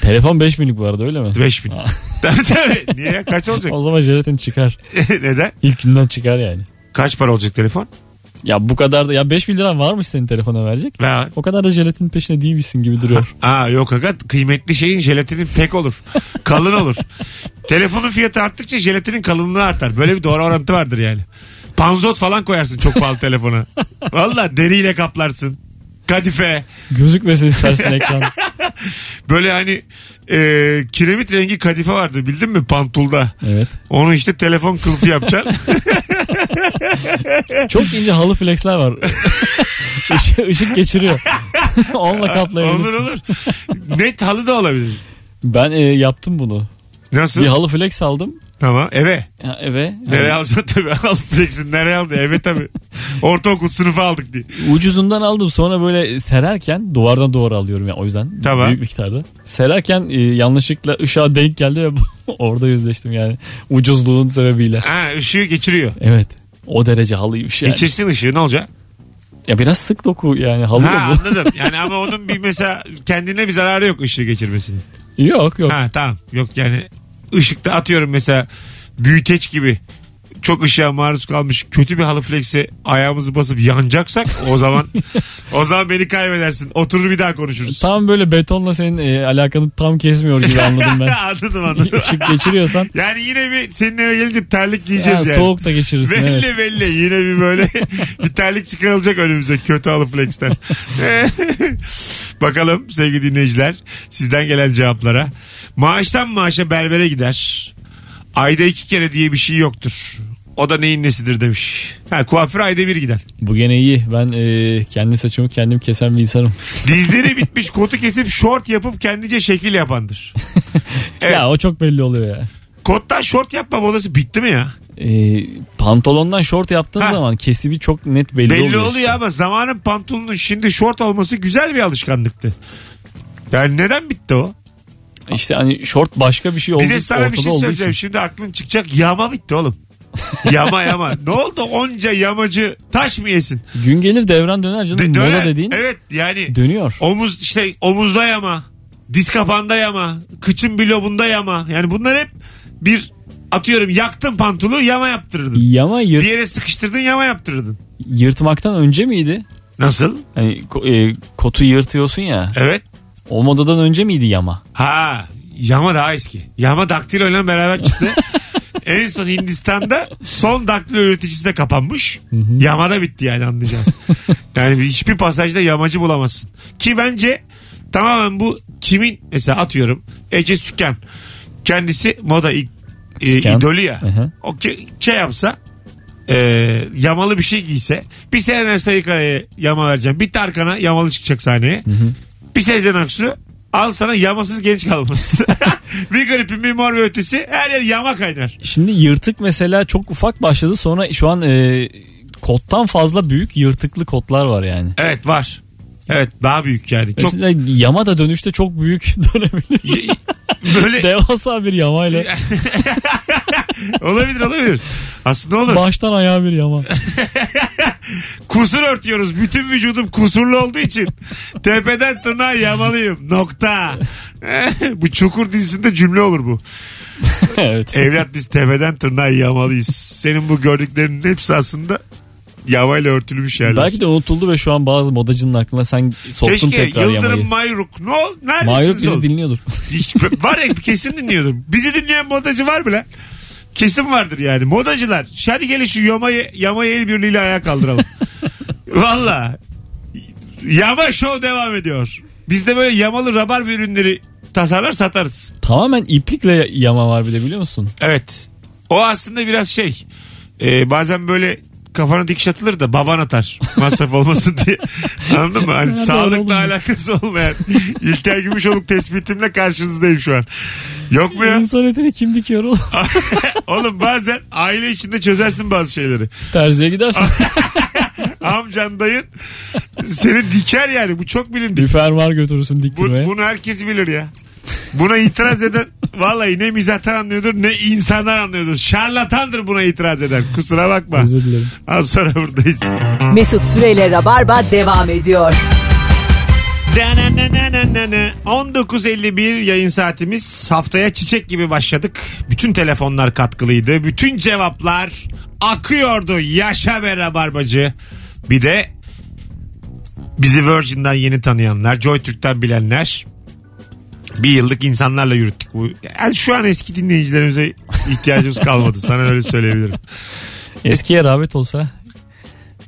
Speaker 3: Telefon 5 binlik bu arada öyle mi?
Speaker 2: 5000. tabii tabii. Niye ya? kaç olacak?
Speaker 3: O zaman jelatin çıkar.
Speaker 2: <laughs> Neden?
Speaker 3: İlk günden çıkar yani.
Speaker 2: Kaç para olacak telefon?
Speaker 3: Ya bu kadar da ya 5 bin liran varmış senin telefona verecek.
Speaker 2: Ha.
Speaker 3: O kadar da jelatin peşine değilmişsin gibi duruyor.
Speaker 2: <laughs> Aa yok hakikat kıymetli şeyin jelatinin pek olur. Kalın olur. Telefonun fiyatı arttıkça jelatinin kalınlığı artar. Böyle bir doğru orantı vardır yani. Panzot falan koyarsın çok pahalı telefona. Valla deriyle kaplarsın. Kadife.
Speaker 3: Gözükmesin istersin ekran.
Speaker 2: Böyle hani e, kiremit rengi kadife vardı bildin mi pantulda.
Speaker 3: Evet.
Speaker 2: Onu işte telefon kılıfı yapacaksın.
Speaker 3: Çok ince halı flexler var. <laughs> Işık, ışık geçiriyor. <laughs> Onunla
Speaker 2: olur
Speaker 3: kaplayabilirsin.
Speaker 2: olur. Net halı da olabilir.
Speaker 3: Ben e, yaptım bunu.
Speaker 2: Nasıl?
Speaker 3: Bir halı flex aldım.
Speaker 2: Tamam eve.
Speaker 3: Ya, eve.
Speaker 2: Nereye alacaksın tabii. <laughs> Al flexin nereye aldı? Eve tabii. Ortaokul sınıfı aldık diye.
Speaker 3: Ucuzundan aldım sonra böyle sererken duvardan duvara alıyorum ya o yüzden
Speaker 2: Tamam.
Speaker 3: büyük miktarda. Sererken e, yanlışlıkla ışığa denk geldi ve <laughs> orada yüzleştim yani ucuzluğun sebebiyle.
Speaker 2: Ha ışığı geçiriyor.
Speaker 3: Evet o derece halıymış yani.
Speaker 2: Geçirsin ışığı ne olacak?
Speaker 3: Ya biraz sık doku yani halı
Speaker 2: Ha
Speaker 3: da bu.
Speaker 2: anladım. Yani ama onun bir mesela kendine bir zararı yok ışığı geçirmesinin.
Speaker 3: <laughs> yok yok.
Speaker 2: Ha tamam. Yok yani ışıkta atıyorum mesela büyüteç gibi çok ışığa maruz kalmış kötü bir halı flex'e ayağımızı basıp yanacaksak o zaman o zaman beni kaybedersin. Oturur bir daha konuşuruz.
Speaker 3: Tam böyle betonla senin e, alakanı tam kesmiyor gibi anladım ben.
Speaker 2: anladım <laughs>
Speaker 3: <laughs>
Speaker 2: anladım.
Speaker 3: Işık geçiriyorsan
Speaker 2: Yani yine bir senin eve gelince terlik giyeceğiz
Speaker 3: ha,
Speaker 2: yani.
Speaker 3: soğuk da geçirirsin.
Speaker 2: Belli
Speaker 3: Evet.
Speaker 2: belli yine bir böyle <laughs> bir terlik çıkarılacak önümüze kötü halı flex'ten. <laughs> Bakalım sevgili dinleyiciler sizden gelen cevaplara. Maaştan maaşa berbere gider. Ayda iki kere diye bir şey yoktur. O da neyin nesidir demiş. Ha, kuaföre ayda bir giden.
Speaker 3: Bu gene iyi. Ben e, kendi saçımı kendim kesen bir insanım.
Speaker 2: Dizleri <laughs> bitmiş kotu kesip şort yapıp kendince şekil yapandır. Evet.
Speaker 3: Ya o çok belli oluyor ya.
Speaker 2: Kottan şort yapma modası bitti mi ya?
Speaker 3: E, pantolondan şort yaptığın
Speaker 2: Ha.
Speaker 3: zaman kesibi çok net belli,
Speaker 2: Belli,
Speaker 3: oluyor.
Speaker 2: oluyor,
Speaker 3: işte.
Speaker 2: ama zamanın pantolonun şimdi şort olması güzel bir alışkanlıktı. Yani neden bitti o?
Speaker 3: İşte hani şort başka bir şey oldu.
Speaker 2: Bir de sana bir
Speaker 3: ortada
Speaker 2: şey
Speaker 3: olduğu
Speaker 2: söyleyeceğim.
Speaker 3: için.
Speaker 2: Şimdi aklın çıkacak. Yama bitti
Speaker 3: <laughs>
Speaker 2: oğlum. yama yama. Ne oldu onca yamacı taş mı yesin?
Speaker 3: Gün gelir devran döner canım.
Speaker 2: De-
Speaker 3: Moda
Speaker 2: döner.
Speaker 3: dediğin
Speaker 2: Evet yani
Speaker 3: dönüyor.
Speaker 2: omuz işte omuzda yama. Diz kapağında yama. Kıçın bilobunda yama. Yani bunlar hep bir atıyorum yaktın pantolu yama yaptırırdın.
Speaker 3: Yama
Speaker 2: Bir
Speaker 3: yırt,
Speaker 2: yere sıkıştırdın yama yaptırırdın.
Speaker 3: yırtmaktan önce miydi?
Speaker 2: Nasıl?
Speaker 3: Hani ko- e, kotu yırtıyorsun ya.
Speaker 2: Evet.
Speaker 3: O modadan önce miydi yama?
Speaker 2: Ha yama daha eski. Yama daktilo ile beraber
Speaker 3: <laughs>
Speaker 2: çıktı. en son Hindistan'da son daktilo üreticisi de kapanmış. Yama da bitti yani
Speaker 3: <laughs>
Speaker 2: anlayacağım. yani hiçbir pasajda yamacı bulamazsın. Ki bence tamamen bu kimin mesela atıyorum Ece Sükan kendisi moda i- e,
Speaker 3: Sükan.
Speaker 2: idolü ya.
Speaker 3: Hı hı.
Speaker 2: O ki- şey yapsa e, yamalı bir şey giyse bir Serenay Sayıkaya'ya yama vereceğim. Bir Tarkan'a yamalı çıkacak sahneye. Bir Sezen Aksu al sana yamasız genç kalmaz. <laughs> bir gripin bir mor ve ötesi her yer yama kaynar.
Speaker 3: Şimdi yırtık mesela çok ufak başladı. Sonra şu an e, kottan fazla büyük yırtıklı kotlar var yani.
Speaker 2: Evet var. Evet daha büyük yani. Çok <laughs>
Speaker 3: Mesela yama da dönüşte çok büyük <laughs> dönebilir.
Speaker 2: böyle
Speaker 3: Devasa bir yamayla.
Speaker 2: olabilir olabilir. Aslında olur.
Speaker 3: Baştan ayağa bir yama.
Speaker 2: Kusur örtüyoruz. Bütün vücudum kusurlu olduğu <laughs> için tepeden tırnağa yamalıyım. <laughs> Nokta. bu çukur dizisinde cümle olur bu.
Speaker 3: evet.
Speaker 2: Evlat biz tepeden tırnağa yamalıyız. Senin bu gördüklerinin hepsi aslında yamayla örtülmüş yerler.
Speaker 3: Belki de unutuldu ve şu an bazı modacının aklına sen soktun
Speaker 2: Keşke
Speaker 3: tekrar
Speaker 2: Yıldırım
Speaker 3: yamayı.
Speaker 2: Mayruk. Ne ol? Neredesiniz
Speaker 3: Mayruk bizi
Speaker 2: oğlum?
Speaker 3: dinliyordur. <laughs>
Speaker 2: Hiç- var ya kesin dinliyordur. Bizi dinleyen modacı var mı lan? Kesin vardır yani. Modacılar. Hadi gelin şu yamayı, yamayı el birliğiyle ayağa
Speaker 3: <laughs>
Speaker 2: kaldıralım. Valla. Yama Show devam ediyor. Biz de böyle yamalı rabar ürünleri tasarlar satarız.
Speaker 3: Tamamen iplikle yama var bir de biliyor musun?
Speaker 2: Evet. O aslında biraz şey. e, bazen böyle kafana dikiş atılır da baban atar. Masraf olmasın diye. Anladın mı? Hani
Speaker 3: Nerede oğlum?
Speaker 2: sağlıkla alakası olmayan. İlker Gümüşoluk tespitimle karşınızdayım şu an. Yok mu ya?
Speaker 3: İnsan etini kim
Speaker 2: <laughs>
Speaker 3: dikiyor oğlum?
Speaker 2: Oğlum bazen aile içinde çözersin bazı şeyleri.
Speaker 3: Terziye gidersin.
Speaker 2: <laughs> Amcan dayın seni diker yani. Bu çok bilindik.
Speaker 3: bir fermuar götürürsün
Speaker 2: Bu,
Speaker 3: diktirmeye.
Speaker 2: bunu herkes bilir ya. Buna itiraz eden vallahi ne mizahtan anlıyordur ne insanlar anlıyordur. Şarlatandır buna itiraz eden. Kusura bakma.
Speaker 3: Özür dilerim.
Speaker 2: Az sonra buradayız.
Speaker 1: Mesut Süreyle Rabarba devam ediyor.
Speaker 2: Dananananana. 19.51 yayın saatimiz. Haftaya çiçek gibi başladık. Bütün telefonlar katkılıydı. Bütün cevaplar akıyordu. Yaşa be rabarbacı. Bir de bizi Virgin'den yeni tanıyanlar, Joy Türk'ten bilenler. Bir yıllık insanlarla yürüttük. bu. Yani şu an eski dinleyicilerimize ihtiyacımız kalmadı. Sana öyle söyleyebilirim.
Speaker 3: Eskiye rağbet olsa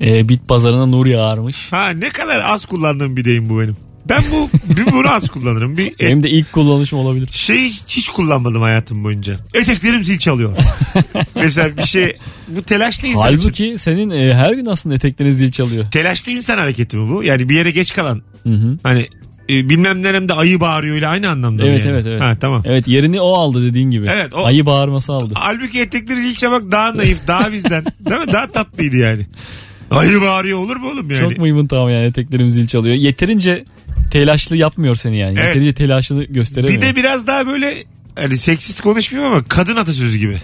Speaker 3: e, bit pazarına nur yağarmış.
Speaker 2: Ha ne kadar az kullandığım bir deyim bu benim. Ben bu bir bunu az kullanırım. Bir e,
Speaker 3: Benim de ilk kullanışım olabilir.
Speaker 2: şeyi hiç, Şey hiç kullanmadım hayatım boyunca. Eteklerim zil
Speaker 3: <laughs>
Speaker 2: çalıyor. Mesela bir şey bu telaşlı insan için.
Speaker 3: Halbuki senin e, her gün aslında eteklerin zil çalıyor.
Speaker 2: Telaşlı insan hareketi mi bu? Yani bir yere geç kalan
Speaker 3: Hı hı.
Speaker 2: hani e, bilmem neremde ayı bağırıyor ile aynı anlamda mı
Speaker 3: Evet,
Speaker 2: yani?
Speaker 3: evet, evet.
Speaker 2: Ha, tamam.
Speaker 3: Evet yerini o aldı dediğin gibi.
Speaker 2: Evet, o-
Speaker 3: Ayı bağırması aldı.
Speaker 2: Halbuki etekleri zil çalmak daha naif, daha bizden. Değil mi? Daha tatlıydı yani. Ayı bağırıyor olur mu oğlum yani?
Speaker 3: Çok mıyımın tamam yani eteklerim zil çalıyor. Yeterince telaşlı yapmıyor seni yani.
Speaker 2: Evet.
Speaker 3: Yeterince telaşını gösteremiyor.
Speaker 2: bir de biraz daha böyle hani seksist konuşmuyorum ama kadın atasözü gibi.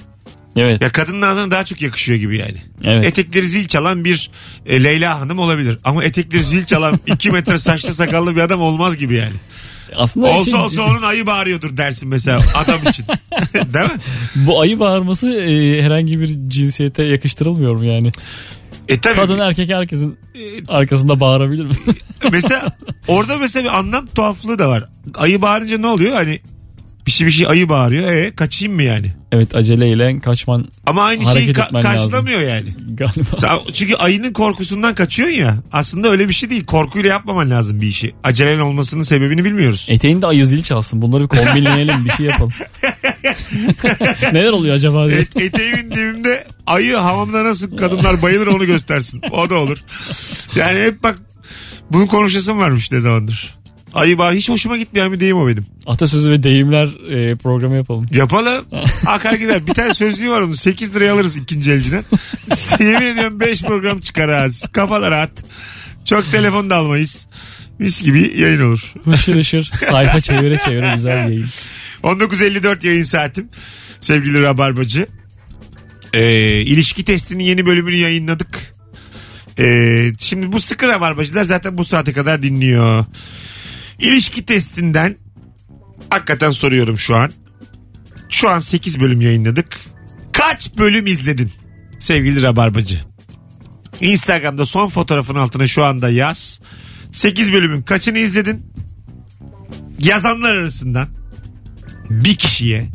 Speaker 3: Evet.
Speaker 2: Ya kadının ağzına daha çok yakışıyor gibi yani.
Speaker 3: Evet.
Speaker 2: Etekleri zil çalan bir e, Leyla Hanım olabilir. Ama etekleri zil
Speaker 3: <laughs>
Speaker 2: çalan 2 metre saçlı sakallı bir adam olmaz gibi yani.
Speaker 3: Aslında şey-
Speaker 2: Olsa olsa onun ayı bağırıyordur dersin mesela adam
Speaker 3: <laughs>
Speaker 2: için. Değil mi?
Speaker 3: bu ayı bağırması e, herhangi bir cinsiyete yakıştırılmıyor mu yani?
Speaker 2: E tabii.
Speaker 3: Kadın erkek herkesin
Speaker 2: E,
Speaker 3: arkasında bağırabilir mi? <laughs>
Speaker 2: mesela orada mesela bir anlam tuhaflığı da var. Ayı bağırınca ne oluyor? Hani bir şey bir şey ayı bağırıyor. E kaçayım mı yani?
Speaker 3: evet aceleyle kaçman
Speaker 2: Ama aynı şeyi
Speaker 3: Hareket
Speaker 2: ka-
Speaker 3: etmen lazım.
Speaker 2: karşılamıyor yani.
Speaker 3: galiba.
Speaker 2: Sen- Çünkü ayının korkusundan kaçıyorsun ya. Aslında öyle bir şey değil. Korkuyla yapmaman lazım bir işi. Acelen olmasının sebebini bilmiyoruz.
Speaker 3: Eteğinde ayı zil çalsın. Bunları bir kombinleyelim bir
Speaker 2: <laughs>
Speaker 3: şey yapalım. Neler oluyor acaba diye.
Speaker 2: E- eteğimin dibimde ayı hamamda nasıl kadınlar bayılır onu göstersin. O da olur. Yani hep bak bunu konuşasım varmış ne zamandır. Ayı bağır. Hiç hoşuma gitmeyen bir deyim o benim.
Speaker 3: Atasözü ve deyimler e, programı yapalım.
Speaker 2: Yapalım. Akar gider. Bir tane sözlüğü var onun. 8 liraya alırız ikinci elciden. Yemin ediyorum 5 program çıkar ha. Kafalar rahat. Çok telefon da almayız. Mis gibi yayın olur.
Speaker 3: Hışır hışır sayfa çevire çevire güzel bir yayın.
Speaker 2: 19.54 yayın saatim. Sevgili Rabarbacı. Ee, ilişki testinin yeni bölümünü yayınladık. Ee, şimdi bu sıkı Rabarbacılar zaten bu saate kadar dinliyor. İlişki testinden hakikaten soruyorum şu an. Şu an 8 bölüm yayınladık. Kaç bölüm izledin sevgili Rabarbacı? Instagram'da son fotoğrafın altına şu anda yaz. 8 bölümün kaçını izledin? Yazanlar arasından bir kişiye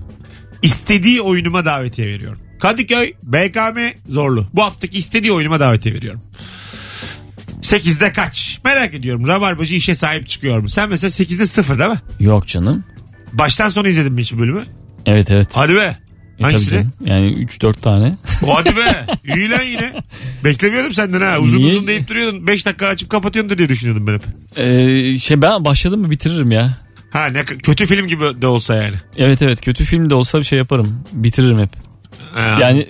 Speaker 2: istediği oyunuma davetiye veriyorum. Kadıköy, BKM, Zorlu. Bu haftaki istediği oyunuma davetiye veriyorum. 8'de kaç? Merak ediyorum. Rabarbacı işe sahip çıkıyor mu? Sen mesela 8'de 0 değil mi?
Speaker 3: Yok canım.
Speaker 2: Baştan sona izledin mi hiç bu bölümü?
Speaker 3: Evet evet.
Speaker 2: Hadi be.
Speaker 3: E,
Speaker 2: Hangisini?
Speaker 3: tabii canım. Yani 3-4 tane.
Speaker 2: O Hadi be. İyi lan yine. Beklemiyordum senden ha. Uzun
Speaker 3: Niye?
Speaker 2: uzun deyip duruyordun. 5 dakika açıp kapatıyordur diye düşünüyordum ben hep.
Speaker 3: Ee, şey ben başladım mı bitiririm ya.
Speaker 2: Ha ne kötü film gibi de olsa yani.
Speaker 3: Evet evet kötü film de olsa bir şey yaparım. Bitiririm hep.
Speaker 2: Ha.
Speaker 3: Yani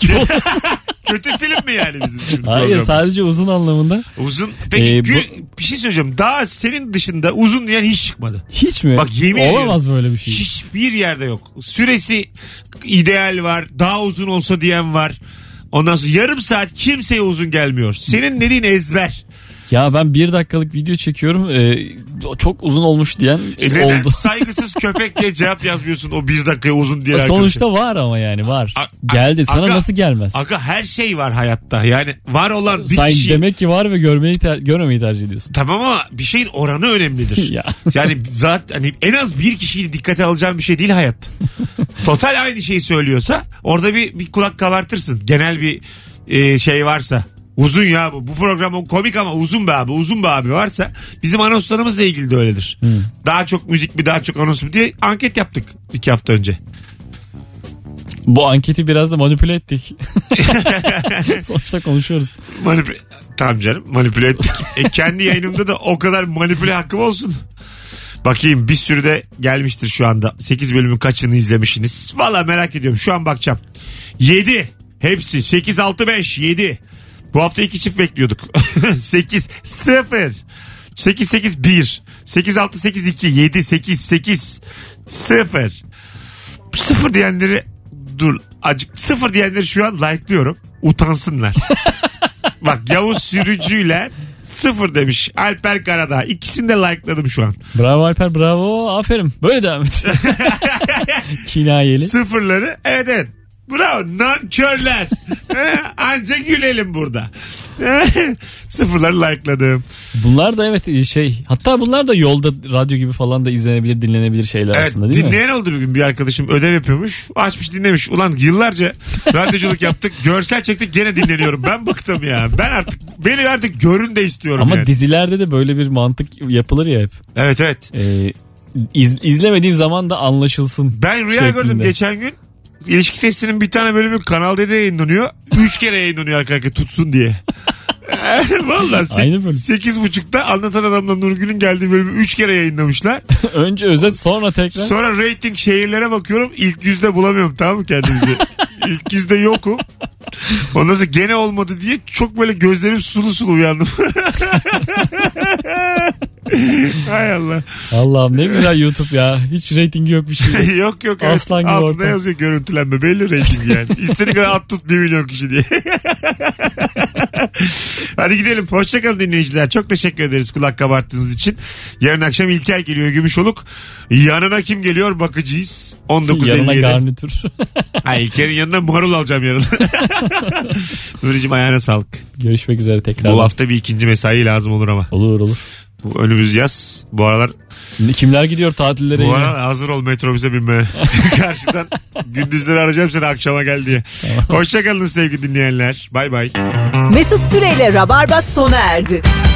Speaker 2: <laughs>
Speaker 3: gibi olmasın.
Speaker 2: Kötü film mi yani bizim şimdi
Speaker 3: Hayır
Speaker 2: programımız?
Speaker 3: sadece uzun anlamında.
Speaker 2: Uzun. Peki
Speaker 3: Ee,
Speaker 2: gü- bir şey söyleyeceğim. Daha senin dışında uzun diyen hiç çıkmadı.
Speaker 3: Hiç mi?
Speaker 2: Bak yemin
Speaker 3: Olamaz böyle bir şey.
Speaker 2: Hiçbir yerde yok. Süresi ideal var. Daha uzun olsa diyen var. Ondan sonra yarım saat kimseye uzun gelmiyor. Senin dediğin ezber.
Speaker 3: Ya ben bir dakikalık video çekiyorum. ee, çok uzun olmuş diyen
Speaker 2: E neden <laughs>
Speaker 3: oldu. <laughs>
Speaker 2: saygısız köpek diye cevap yazmıyorsun o bir dakikaya uzun diye arkadaşa?
Speaker 3: Sonuçta var ama yani var.
Speaker 2: A- a-
Speaker 3: Geldi sana
Speaker 2: aga-
Speaker 3: nasıl gelmez?
Speaker 2: Aga her şey var hayatta. Yani var olan bir şey-
Speaker 3: Sen
Speaker 2: kişi.
Speaker 3: demek ki var ve görmeyi ter- görmemeyi tercih ediyorsun.
Speaker 2: Tamam ama bir şeyin oranı önemlidir.
Speaker 3: <laughs> Ya.
Speaker 2: Yani zaten hani en az bir kişiyi dikkate alacağın bir şey değil hayat. Total aynı şeyi söylüyorsa orada bir, bir kulak kabartırsın. Genel bir e, şey varsa. Uzun ya bu. Bu program komik ama uzun be abi. Uzun be abi varsa bizim anonslarımızla ilgili de öyledir. Daha çok müzik mi daha çok anons mu diye anket yaptık iki hafta önce.
Speaker 3: Bu anketi biraz da
Speaker 2: <laughs>
Speaker 3: manipüle ettik. <laughs> Sonuçta konuşuyoruz.
Speaker 2: Manipüle... Tamam canım manipüle ettik. e, kendi yayınımda da o kadar manipüle hakkım olsun. Bakayım bir sürü de gelmiştir şu anda. 8 bölümün kaçını izlemişsiniz? Valla merak ediyorum. Şu an bakacağım. 7. Hepsi. 8, 6, 5, 7. Bu hafta iki çift bekliyorduk. <laughs> 8, 0. 8, 8, 1. 8, 6, 8, 2. 7, 8, 8, 0. Sıfır diyenleri dur acık sıfır diyenleri şu an like'lıyorum. Utansınlar. Bak Yavuz Sürücü'yle sıfır demiş. Alper Karadağ. İkisini de like'ladım şu an.
Speaker 3: Bravo
Speaker 2: <laughs>
Speaker 3: Alper bravo aferin. Böyle devam et. Kinayeli.
Speaker 2: Sıfırları evet evet. Bravo.
Speaker 3: <laughs>
Speaker 2: Nankörler. He, Anca gülelim burada. Sıfırları like'ladım.
Speaker 3: Bunlar da evet e, şey hatta bunlar da yolda radyo gibi falan da izlenebilir dinlenebilir şeyler
Speaker 2: Evet,
Speaker 3: aslında değil mi?
Speaker 2: dinleyen oldu bir gün bir arkadaşım ödev yapıyormuş. Açmış dinlemiş. Ulan yıllarca radyoculuk yaptık. Görsel çektik gene dinleniyorum. Ben bıktım ya. Ben artık beni artık görün de istiyorum
Speaker 3: Ama
Speaker 2: yani.
Speaker 3: dizilerde de böyle bir mantık yapılır ya hep.
Speaker 2: evet evet.
Speaker 3: Ee, iz- izlemediğin zaman da anlaşılsın.
Speaker 2: Ben rüya
Speaker 3: Şeklinde.
Speaker 2: gördüm geçen gün. İlişki testinin bir tane bölümü Kanal D'de yayınlanıyor. Üç kere yayınlanıyor arka arkaya tutsun diye. <laughs> Valla
Speaker 3: Aynı bölüm. <laughs>
Speaker 2: sekiz buçukta anlatan adamla Nurgül'ün geldiği bölümü üç kere yayınlamışlar.
Speaker 3: Önce özet sonra tekrar.
Speaker 2: Sonra rating şehirlere bakıyorum. İlk yüzde bulamıyorum tamam mı kendimizi? İlk yüzde yokum. Ondan sonra gene olmadı diye çok böyle gözlerim sulu sulu uyandım. <laughs> Hay Allah. <laughs>
Speaker 3: Allah'ım ne güzel YouTube ya. Hiç reytingi yok bir şey. yok.
Speaker 2: yok yok. evet.
Speaker 3: Aslan gibi
Speaker 2: Altına
Speaker 3: ortam.
Speaker 2: yazıyor görüntülenme. Belli reyting
Speaker 3: <laughs>
Speaker 2: yani. İstediği kadar at tut 1 milyon kişi diye. <laughs> Hadi gidelim. Hoşçakalın dinleyiciler. Çok teşekkür ederiz kulak kabarttığınız için. Yarın akşam İlker geliyor Gümüşoluk. Yanına kim geliyor
Speaker 3: <laughs>
Speaker 2: bakıcıyız.
Speaker 3: Yanına
Speaker 2: 19.57.
Speaker 3: garnitür. <laughs>
Speaker 2: Ay İlker'in yanına marul alacağım yarın. Nuri'cim ayağına sağlık.
Speaker 3: Görüşmek üzere tekrar.
Speaker 2: Bu hafta bir ikinci mesai lazım olur ama.
Speaker 3: Olur olur.
Speaker 2: Bu önümüz yaz. Bu aralar
Speaker 3: Kimler gidiyor tatillere?
Speaker 2: bu
Speaker 3: yine?
Speaker 2: ara hazır ol metrobüse binme. <laughs> Karşıdan gündüzleri arayacağım seni akşama gel diye. Hoşçakalın sevgili dinleyenler. Bay bay.
Speaker 1: Mesut Süreyle Rabarba sona erdi.